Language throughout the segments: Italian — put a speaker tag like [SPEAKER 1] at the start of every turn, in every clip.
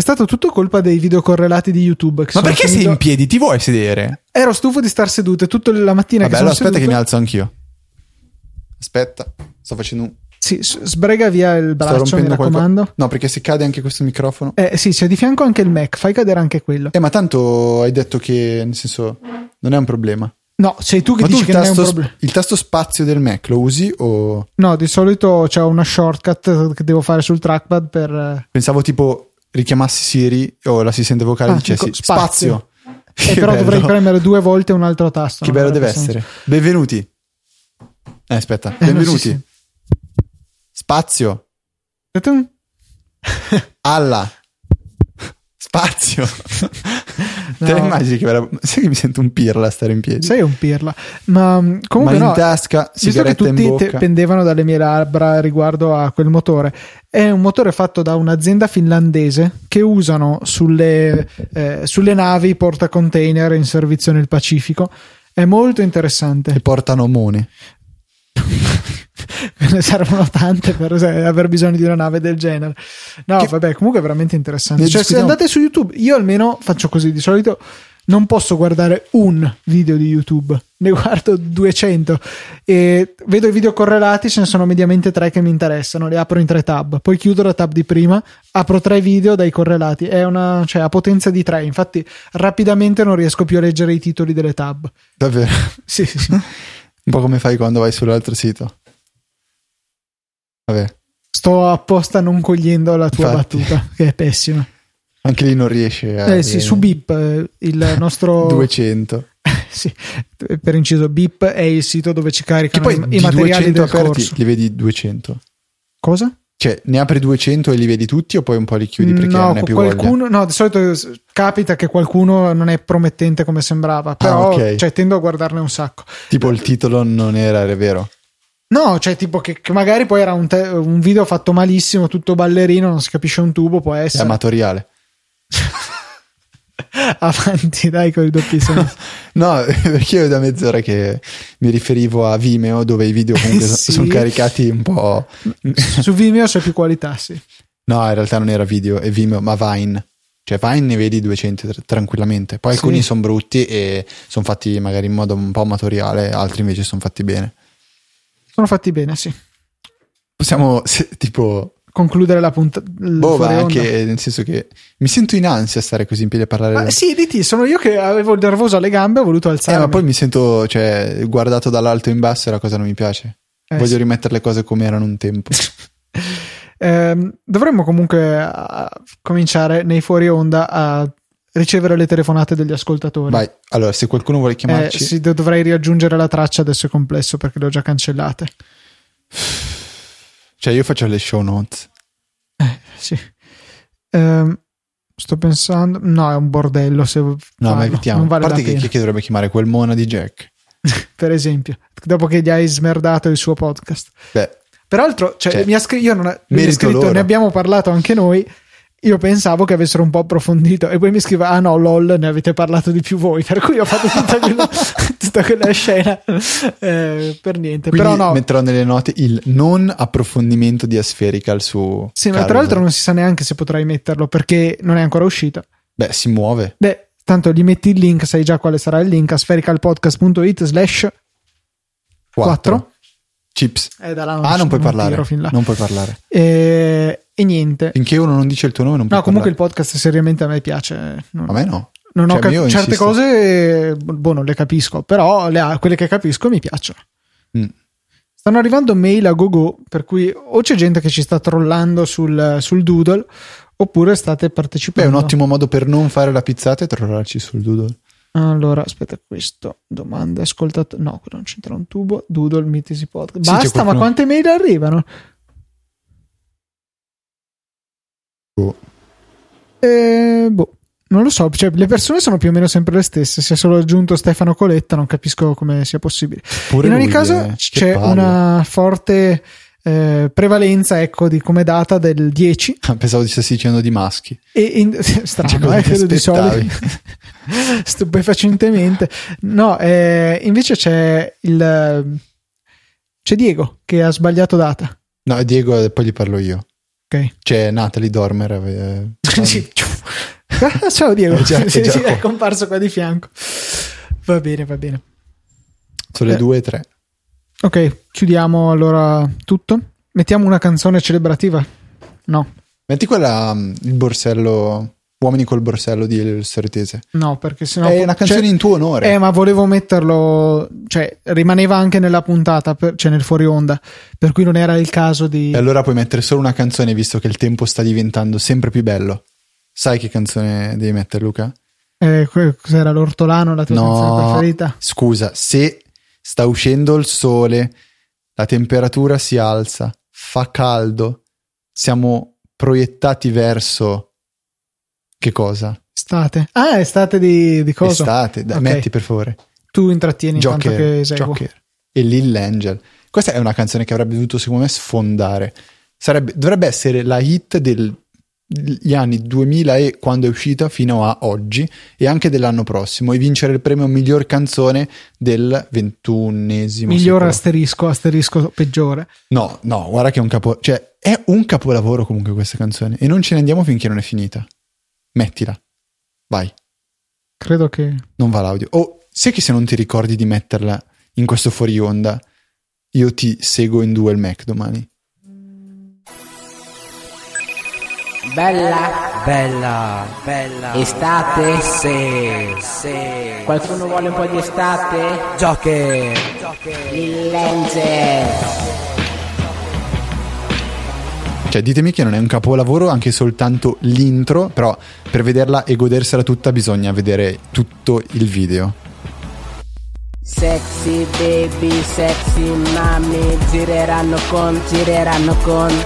[SPEAKER 1] stato tutto colpa dei video correlati di YouTube. che
[SPEAKER 2] Ma
[SPEAKER 1] sono
[SPEAKER 2] perché sei
[SPEAKER 1] finito-
[SPEAKER 2] in piedi? Ti vuoi sedere?
[SPEAKER 1] Ero stufo di star seduto e tutta la mattina
[SPEAKER 2] Vabbè,
[SPEAKER 1] che sono
[SPEAKER 2] allora aspetta che mi
[SPEAKER 1] seduto-
[SPEAKER 2] alzo anch'io. Aspetta, sto facendo un...
[SPEAKER 1] Sì, s- sbrega via il
[SPEAKER 2] Sto
[SPEAKER 1] braccio, mi
[SPEAKER 2] rompendo qualcosa.
[SPEAKER 1] raccomando.
[SPEAKER 2] No, perché se cade anche questo microfono...
[SPEAKER 1] Eh sì, c'è di fianco anche il Mac, fai cadere anche quello.
[SPEAKER 2] Eh, ma tanto hai detto che, nel senso, non è un problema.
[SPEAKER 1] No, sei tu che
[SPEAKER 2] ma tu
[SPEAKER 1] dici
[SPEAKER 2] il
[SPEAKER 1] che non è un
[SPEAKER 2] tasto, sp-
[SPEAKER 1] problema.
[SPEAKER 2] il tasto spazio del Mac lo usi o...
[SPEAKER 1] No, di solito c'è una shortcut che devo fare sul trackpad per... eh,
[SPEAKER 2] Pensavo tipo richiamassi Siri o l'assistente vocale
[SPEAKER 1] Ah,
[SPEAKER 2] dicessi
[SPEAKER 1] ecco, spazio. Eh,
[SPEAKER 2] spazio. Che
[SPEAKER 1] però
[SPEAKER 2] bello.
[SPEAKER 1] dovrei Ah, premere due volte un altro tasto.
[SPEAKER 2] Che
[SPEAKER 1] non
[SPEAKER 2] bello deve
[SPEAKER 1] avrebbe
[SPEAKER 2] essere.
[SPEAKER 1] senso.
[SPEAKER 2] Benvenuti. Eh, aspetta.
[SPEAKER 1] Eh, no,
[SPEAKER 2] Benvenuti.
[SPEAKER 1] sì, sì.
[SPEAKER 2] Spazio.
[SPEAKER 1] Tatum.
[SPEAKER 2] Alla. Spazio. Te la
[SPEAKER 1] No.
[SPEAKER 2] immagini che vera- Sai che mi sento un pirla a stare in piedi?
[SPEAKER 1] Sei un pirla. Ma mh, comunque
[SPEAKER 2] Mani in
[SPEAKER 1] no,
[SPEAKER 2] tasca,
[SPEAKER 1] visto che
[SPEAKER 2] sigaretta in
[SPEAKER 1] tutti te-
[SPEAKER 2] bocca.
[SPEAKER 1] pendevano dalle mie labbra riguardo a quel motore, è un motore fatto da un'azienda finlandese che usano sulle, eh, sulle navi portacontainer in servizio nel Pacifico. È molto interessante.
[SPEAKER 2] E portano mone.
[SPEAKER 1] ne servono tante per se- aver bisogno di una nave del genere. No,
[SPEAKER 2] Che-
[SPEAKER 1] vabbè, comunque è veramente interessante.
[SPEAKER 2] Ne
[SPEAKER 1] Cioè, se
[SPEAKER 2] discutiamo-
[SPEAKER 1] andate su YouTube, io almeno faccio così di solito. Non posso guardare un video di YouTube, ne guardo 200 e vedo i video correlati, ce ne sono mediamente tre che mi interessano, li apro in tre tab, poi chiudo la tab di prima, apro tre video dai correlati, è una, cioè, a potenza di tre, infatti rapidamente non riesco più a leggere i titoli delle tab.
[SPEAKER 2] Davvero.
[SPEAKER 1] Sì, sì, sì.
[SPEAKER 2] Un po' come fai quando vai sull'altro sito. Vabbè,
[SPEAKER 1] Sto apposta non cogliendo la tua
[SPEAKER 2] Infatti. Ah,
[SPEAKER 1] battuta, che è pessima.
[SPEAKER 2] anche lì non riesce a...
[SPEAKER 1] Eh, sì, su Bip, eh, il nostro...
[SPEAKER 2] 200.
[SPEAKER 1] sì, per inciso, Bip è il sito dove ci
[SPEAKER 2] Che
[SPEAKER 1] caricano
[SPEAKER 2] poi
[SPEAKER 1] i-
[SPEAKER 2] di
[SPEAKER 1] i materiali
[SPEAKER 2] 200
[SPEAKER 1] del
[SPEAKER 2] aperti
[SPEAKER 1] corso.
[SPEAKER 2] li vedi 200.
[SPEAKER 1] Cosa?
[SPEAKER 2] Cioè, ne apri 200 e li vedi tutti o poi un po' li chiudi perché
[SPEAKER 1] no,
[SPEAKER 2] non è più voglia?
[SPEAKER 1] qualcuno, no, di solito s- capita che qualcuno non è promettente come sembrava, però
[SPEAKER 2] Ah, ok.
[SPEAKER 1] cioè, tendo a guardarne un sacco.
[SPEAKER 2] Tipo il titolo non era, era vero.
[SPEAKER 1] No, cioè tipo che, che magari poi era un, te- un video fatto malissimo, tutto ballerino, non si capisce un tubo, può
[SPEAKER 2] È
[SPEAKER 1] essere.
[SPEAKER 2] amatoriale.
[SPEAKER 1] Avanti, dai, con i doppi sensi.
[SPEAKER 2] No, perché io da mezz'ora che mi riferivo a Vimeo dove i video comunque
[SPEAKER 1] Sì.
[SPEAKER 2] sono caricati un po'...
[SPEAKER 1] Su Vimeo c'è più qualità, sì.
[SPEAKER 2] No, in realtà non era video, è Vimeo, ma Vine. Cioè Vine ne vedi 200 tr- tranquillamente. Poi
[SPEAKER 1] Sì.
[SPEAKER 2] alcuni sono brutti e sono fatti magari in modo un po' amatoriale, altri invece sono fatti bene.
[SPEAKER 1] Sono fatti bene, sì.
[SPEAKER 2] Possiamo, se- tipo,
[SPEAKER 1] concludere la puntata.
[SPEAKER 2] boh, ma anche nel senso che mi sento in ansia stare così in piedi a parlare.
[SPEAKER 1] Ma sì, di ti, sono io che avevo il nervoso alle gambe, ho voluto alzare.
[SPEAKER 2] Eh, ma poi mi sento, cioè, guardato dall'alto in basso e la cosa non mi piace.
[SPEAKER 1] Eh,
[SPEAKER 2] Voglio rimettere le cose come erano un tempo.
[SPEAKER 1] Ehm, dovremmo comunque ah, cominciare nei fuori onda a ricevere le telefonate degli ascoltatori.
[SPEAKER 2] Vai, allora, se qualcuno vuole
[SPEAKER 1] Eh,
[SPEAKER 2] chiamarci,
[SPEAKER 1] sì, do- dovrei riaggiungere la traccia, adesso è complesso perché le ho già cancellate.
[SPEAKER 2] cioè, io faccio le show notes.
[SPEAKER 1] Sì. Ehm, sto pensando, no, è un bordello. Se Ah, no,
[SPEAKER 2] No, ma evitiamo.
[SPEAKER 1] Non vale
[SPEAKER 2] a parte
[SPEAKER 1] la
[SPEAKER 2] che
[SPEAKER 1] pena.
[SPEAKER 2] chi, chi dovrebbe chiamare quel mona di Jack?
[SPEAKER 1] Per esempio, dopo che gli hai smerdato il suo podcast.
[SPEAKER 2] Beh,
[SPEAKER 1] Peraltro, cioè,
[SPEAKER 2] Cioè,
[SPEAKER 1] mi ha scri- io non ha- lui mi ha
[SPEAKER 2] merito
[SPEAKER 1] scritto,
[SPEAKER 2] loro.
[SPEAKER 1] ne abbiamo parlato anche noi. Io pensavo che avessero un po' approfondito e poi mi scrive: Ah no, lol, ne avete parlato di più voi. Per cui ho fatto tutta quella, tutta quella scena eh, per niente.
[SPEAKER 2] Quindi
[SPEAKER 1] Però no,
[SPEAKER 2] metterò nelle note il non approfondimento di Aspherical su.
[SPEAKER 1] sì, ma tra
[SPEAKER 2] Carousel.
[SPEAKER 1] l'altro non si sa neanche se potrai metterlo perché non è ancora uscito.
[SPEAKER 2] Beh, si muove.
[SPEAKER 1] Beh, tanto gli metti il link, sai già quale sarà il link a sphericalpodcast.it slash 4.
[SPEAKER 2] Chips.
[SPEAKER 1] Eh, da là non,
[SPEAKER 2] ah, non puoi parlare.
[SPEAKER 1] tiro fin là.
[SPEAKER 2] Non puoi parlare.
[SPEAKER 1] Eh, E, niente.
[SPEAKER 2] Finché uno non dice il tuo nome, non puoi
[SPEAKER 1] No, comunque il
[SPEAKER 2] parlare.
[SPEAKER 1] podcast seriamente a me piace. Non-
[SPEAKER 2] A me no.
[SPEAKER 1] Non ho
[SPEAKER 2] Cioè,
[SPEAKER 1] cap-
[SPEAKER 2] io
[SPEAKER 1] certe
[SPEAKER 2] insisto.
[SPEAKER 1] cose, boh, non le capisco, però le- quelle che capisco mi piacciono.
[SPEAKER 2] Mm.
[SPEAKER 1] Stanno arrivando mail a gogo, per cui o c'è gente che ci sta trollando sul, sul doodle, oppure state
[SPEAKER 2] Beh, è
[SPEAKER 1] partecipando.
[SPEAKER 2] un ottimo modo per non fare la pizzata e trovarci sul doodle.
[SPEAKER 1] Allora, aspetta, questo, domande, ascoltato. No, quello non c'entra un tubo. Doodle, mitisi podcast.
[SPEAKER 2] Sì, c'è
[SPEAKER 1] Basta, ma
[SPEAKER 2] qualcuno-
[SPEAKER 1] quante mail arrivano?
[SPEAKER 2] Boh.
[SPEAKER 1] Eh, boh, non lo so, cioè, le persone sono più o meno sempre le stesse. Si è solo aggiunto Stefano Coletta, non capisco come sia possibile.
[SPEAKER 2] Pure
[SPEAKER 1] In ogni
[SPEAKER 2] lui,
[SPEAKER 1] caso,
[SPEAKER 2] eh. Che
[SPEAKER 1] c'è
[SPEAKER 2] palle.
[SPEAKER 1] una forte eh, prevalenza, ecco, di come data del 10.
[SPEAKER 2] Ah, Pensavo ti stessi dicendo di maschi.
[SPEAKER 1] E in-
[SPEAKER 2] Cioè,
[SPEAKER 1] strano,
[SPEAKER 2] cosa
[SPEAKER 1] eh,
[SPEAKER 2] ti
[SPEAKER 1] credo di
[SPEAKER 2] aspettavi?
[SPEAKER 1] solito. Stupefacentemente. No, eh, invece c'è il. C'è Diego che ha sbagliato data.
[SPEAKER 2] No, Diego, eh, poi gli parlo io.
[SPEAKER 1] Ok.
[SPEAKER 2] C'è Natalie Dormer. eh,
[SPEAKER 1] Sì. Ah, Ciao Diego,
[SPEAKER 2] È già- è
[SPEAKER 1] Sì,
[SPEAKER 2] già
[SPEAKER 1] sì,
[SPEAKER 2] qua.
[SPEAKER 1] è comparso qua di fianco. Va bene, va bene.
[SPEAKER 2] Sono le
[SPEAKER 1] Eh.
[SPEAKER 2] 2 e 3.
[SPEAKER 1] Ok, chiudiamo allora tutto. Mettiamo una canzone celebrativa? No,
[SPEAKER 2] Metti quella, mm, il borsello, Uomini col borsello di Elio Sortese.
[SPEAKER 1] no, perché sennò.
[SPEAKER 2] è una canzone
[SPEAKER 1] cioè-
[SPEAKER 2] in tuo onore.
[SPEAKER 1] Eh, ma volevo metterlo. Cioè, rimaneva anche nella puntata, per- cioè nel fuori onda. Per cui non era il caso di.
[SPEAKER 2] E allora puoi mettere solo una canzone visto che il tempo sta diventando sempre più bello. Sai che canzone devi mettere, Luca?
[SPEAKER 1] Eh, que- cos'era l'ortolano, la tua canzone preferita?
[SPEAKER 2] Scusa, se sta uscendo il sole, la temperatura si alza, fa caldo, siamo proiettati verso che cosa?
[SPEAKER 1] Estate. Ah, estate di, di cosa?
[SPEAKER 2] Estate, dai,
[SPEAKER 1] Ok.
[SPEAKER 2] metti per favore.
[SPEAKER 1] Tu intrattieni intanto che
[SPEAKER 2] Joker,
[SPEAKER 1] eseguo.
[SPEAKER 2] Joker e Lil Angel. Questa è una canzone che avrebbe dovuto secondo me sfondare. Sarebbe- dovrebbe essere la hit degli anni 2000 e quando è uscita fino a oggi e anche dell'anno prossimo e vincere il premio miglior canzone del ventunesimo
[SPEAKER 1] Miglior
[SPEAKER 2] secolo.
[SPEAKER 1] asterisco, asterisco peggiore.
[SPEAKER 2] No, no, guarda che è un capo... Cioè, è un capolavoro comunque questa canzone e non ce ne andiamo finché non è finita. Mettila. Vai.
[SPEAKER 1] Credo che.
[SPEAKER 2] Non va l'audio. Oh, sai che se non ti ricordi di metterla in questo fuori onda, io ti seguo in due al Mac domani.
[SPEAKER 3] Bella
[SPEAKER 4] Bella, bella.
[SPEAKER 3] estate,
[SPEAKER 4] Sì, sì.
[SPEAKER 3] qualcuno vuole un po' di estate?
[SPEAKER 4] Joker.
[SPEAKER 3] Il Lancer.
[SPEAKER 2] Cioè, ditemi che non è un capolavoro anche soltanto l'intro, però per vederla e godersela tutta bisogna vedere tutto il video.
[SPEAKER 3] Sexy baby, sexy mami, gireranno con, gireranno con.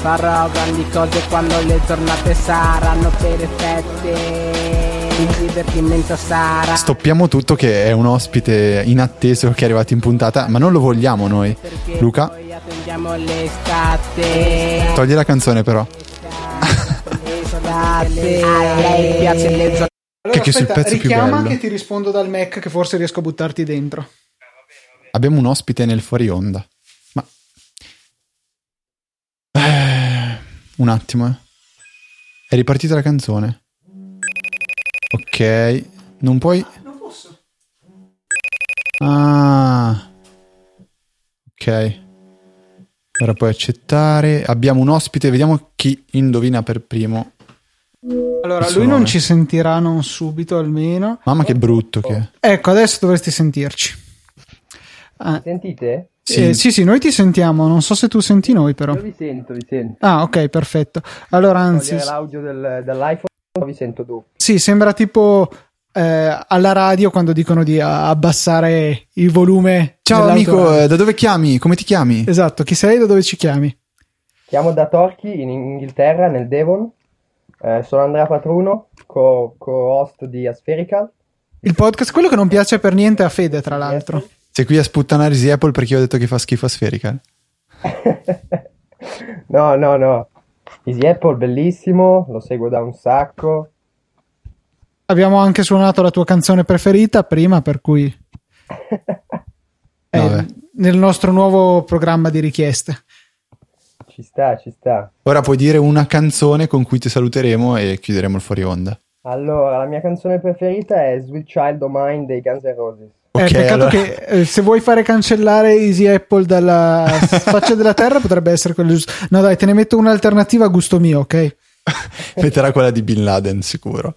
[SPEAKER 3] Farò grandi cose quando le giornate saranno perfette. Il divertimento sarà.
[SPEAKER 2] Stoppiamo tutto che è un ospite inatteso che è arrivato in puntata, ma non lo vogliamo noi.
[SPEAKER 3] Perché
[SPEAKER 2] Luca,
[SPEAKER 3] Poi attendiamo l'estate.
[SPEAKER 2] togli la canzone però.
[SPEAKER 3] Estate. A Ah, lei piace le giornate.
[SPEAKER 2] Che- che sul pezzo più
[SPEAKER 1] richiama
[SPEAKER 2] bello.
[SPEAKER 1] che ti rispondo dal Mac che forse riesco a buttarti dentro.
[SPEAKER 2] Abbiamo un ospite nel fuori onda. Ma... Eh, un attimo. eh. È ripartita la canzone. Ok. Non puoi...
[SPEAKER 1] Non posso.
[SPEAKER 2] Ah. Ok. Ora puoi accettare. Abbiamo un ospite. Vediamo chi indovina per primo.
[SPEAKER 1] Allora,
[SPEAKER 2] Il suo
[SPEAKER 1] lui non
[SPEAKER 2] nome.
[SPEAKER 1] ci sentirà non subito almeno.
[SPEAKER 2] Mamma che brutto che è.
[SPEAKER 1] Ecco, adesso dovresti sentirci. Ah,
[SPEAKER 5] Sentite?
[SPEAKER 2] Sì.
[SPEAKER 1] eh, sì, sì, noi ti sentiamo. Non so se tu senti noi, però.
[SPEAKER 5] Io vi sento, vi sento.
[SPEAKER 1] Ah, ok, perfetto. Allora, anzi,
[SPEAKER 5] Togliere l'audio del- dall'iPhone, ma vi sento dopo.
[SPEAKER 1] sì, sembra tipo eh, alla radio quando dicono di a- abbassare il volume.
[SPEAKER 2] Ciao
[SPEAKER 1] dell'autoradio.
[SPEAKER 2] amico, eh, da dove chiami? Come ti chiami?
[SPEAKER 1] Esatto, chi sei e da dove ci chiami?
[SPEAKER 5] Chiamo da Torchi, in Inghilterra, nel Devon. Eh, sono Andrea Patruno, co- co-host di Aspherical.
[SPEAKER 1] Il podcast, quello che non piace per niente a Fede, tra l'altro.
[SPEAKER 2] Sei qui a sputtanare Easy Apple perché io ho detto che fa schifo a sferica.
[SPEAKER 5] no, no, no. Easy Apple, bellissimo, lo seguo da un sacco.
[SPEAKER 1] Abbiamo anche suonato la tua canzone preferita prima, per cui è
[SPEAKER 2] Vabbè.
[SPEAKER 1] nel nostro nuovo programma di richieste.
[SPEAKER 5] Ci sta, ci sta.
[SPEAKER 2] Ora puoi dire una canzone con cui ti saluteremo e chiuderemo il fuori onda.
[SPEAKER 1] Eh,
[SPEAKER 5] Allora, la mia canzone preferita è Sweet Child O' Mine dei Guns N' Roses.
[SPEAKER 1] Eh,
[SPEAKER 2] Ok,
[SPEAKER 1] peccato
[SPEAKER 2] allora,
[SPEAKER 1] che eh, se vuoi fare cancellare Easy Apple dalla faccia della terra potrebbe essere quella giusta. No dai, te ne metto un'alternativa a gusto mio, ok?
[SPEAKER 2] metterà quella di Bin Laden sicuro.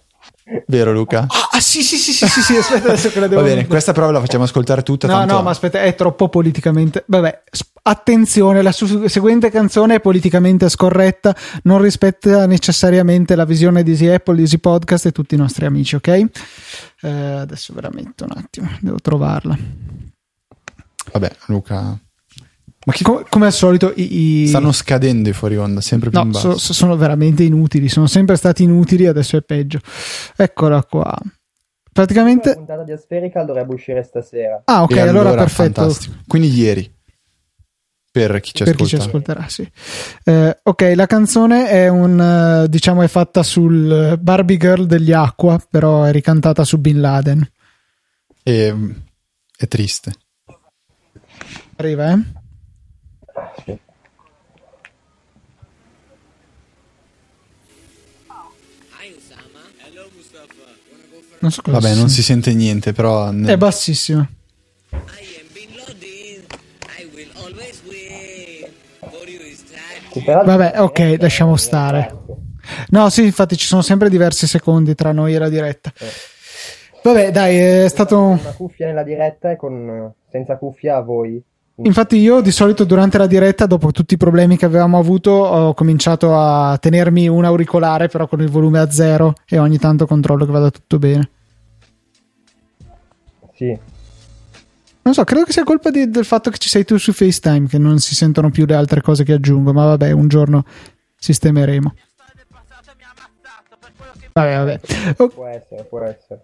[SPEAKER 2] Vero Luca?
[SPEAKER 1] Ah, ah, sì, sì, sì, sì, sì, sì, aspetta adesso che la devo
[SPEAKER 2] Va bene,
[SPEAKER 1] mettere.
[SPEAKER 2] questa prova la facciamo ascoltare tutta.
[SPEAKER 1] No,
[SPEAKER 2] tanto-
[SPEAKER 1] no, ma aspetta, è troppo politicamente. Vabbè, s- attenzione, la su- seguente canzone è politicamente scorretta, non rispetta necessariamente la visione di Easy Apple, Easy Podcast e tutti i nostri amici, ok? Eh, adesso ve la metto un attimo, devo trovarla.
[SPEAKER 2] Vabbè Luca,
[SPEAKER 1] Ma come al solito i... i-
[SPEAKER 2] stanno scadendo i fuori onda sempre più in
[SPEAKER 1] No,
[SPEAKER 2] basso.
[SPEAKER 1] so- so- sono veramente inutili, sono sempre stati inutili, adesso è peggio. Eccola qua.
[SPEAKER 5] La
[SPEAKER 1] Praticamente...
[SPEAKER 5] puntata di Aspherical dovrebbe uscire stasera.
[SPEAKER 1] Ah, ok,
[SPEAKER 2] E
[SPEAKER 1] allora, perfetto.
[SPEAKER 2] fantastico. Quindi ieri, per chi ci
[SPEAKER 1] per chi ci
[SPEAKER 2] ascolta.
[SPEAKER 1] ascolterà, sì. Eh, ok, la canzone è un eh, diciamo è fatta sul eh, Barbie Girl degli Aqua, però è ricantata su Bin Laden.
[SPEAKER 2] E- è triste.
[SPEAKER 1] Arriva, eh?
[SPEAKER 6] I
[SPEAKER 1] Non so cosa
[SPEAKER 2] Vabbè,
[SPEAKER 1] sia.
[SPEAKER 2] non si sente niente, però... ne-
[SPEAKER 1] È bassissima.
[SPEAKER 5] Superati-
[SPEAKER 1] Vabbè, ok, lasciamo stare. No, sì, infatti ci sono sempre diversi secondi tra noi e la diretta. Vabbè, dai, è stato...
[SPEAKER 5] Una cuffia nella diretta e con senza cuffia a voi.
[SPEAKER 1] Infatti io di solito durante la diretta, dopo tutti i problemi che avevamo avuto, ho cominciato a tenermi un auricolare, però con il volume a zero e ogni tanto controllo che vada tutto bene.
[SPEAKER 5] Sì.
[SPEAKER 1] Non so, credo che sia colpa di- del fatto che ci sei tu su FaceTime, che non si sentono più le altre cose che aggiungo, ma vabbè, un giorno sistemeremo. Vabbè, vabbè. Oh,
[SPEAKER 5] Può essere, può essere.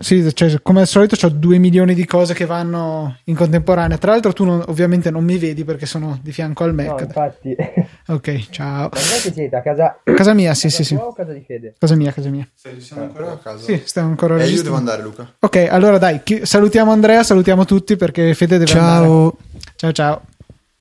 [SPEAKER 1] Sì, cioè, come al solito ho due milioni di cose che vanno in contemporanea. Tra l'altro tu non- ovviamente non mi vedi perché sono di fianco al
[SPEAKER 5] No,
[SPEAKER 1] Mac.
[SPEAKER 5] infatti. Ma
[SPEAKER 1] ok, ciao.
[SPEAKER 5] dov'è che siete? A casa...
[SPEAKER 1] Casa mia, sì,
[SPEAKER 5] casa
[SPEAKER 1] sì, sì.
[SPEAKER 5] tua o casa di Fede?
[SPEAKER 1] Casa mia, casa mia.
[SPEAKER 2] Siamo ancora a casa?
[SPEAKER 1] Sì, stiamo ancora
[SPEAKER 2] Eh, io devo
[SPEAKER 1] registrando.
[SPEAKER 2] andare, Luca.
[SPEAKER 1] Ok, allora dai, chi- salutiamo Andrea, salutiamo tutti perché Fede deve andare. Ciao ciao.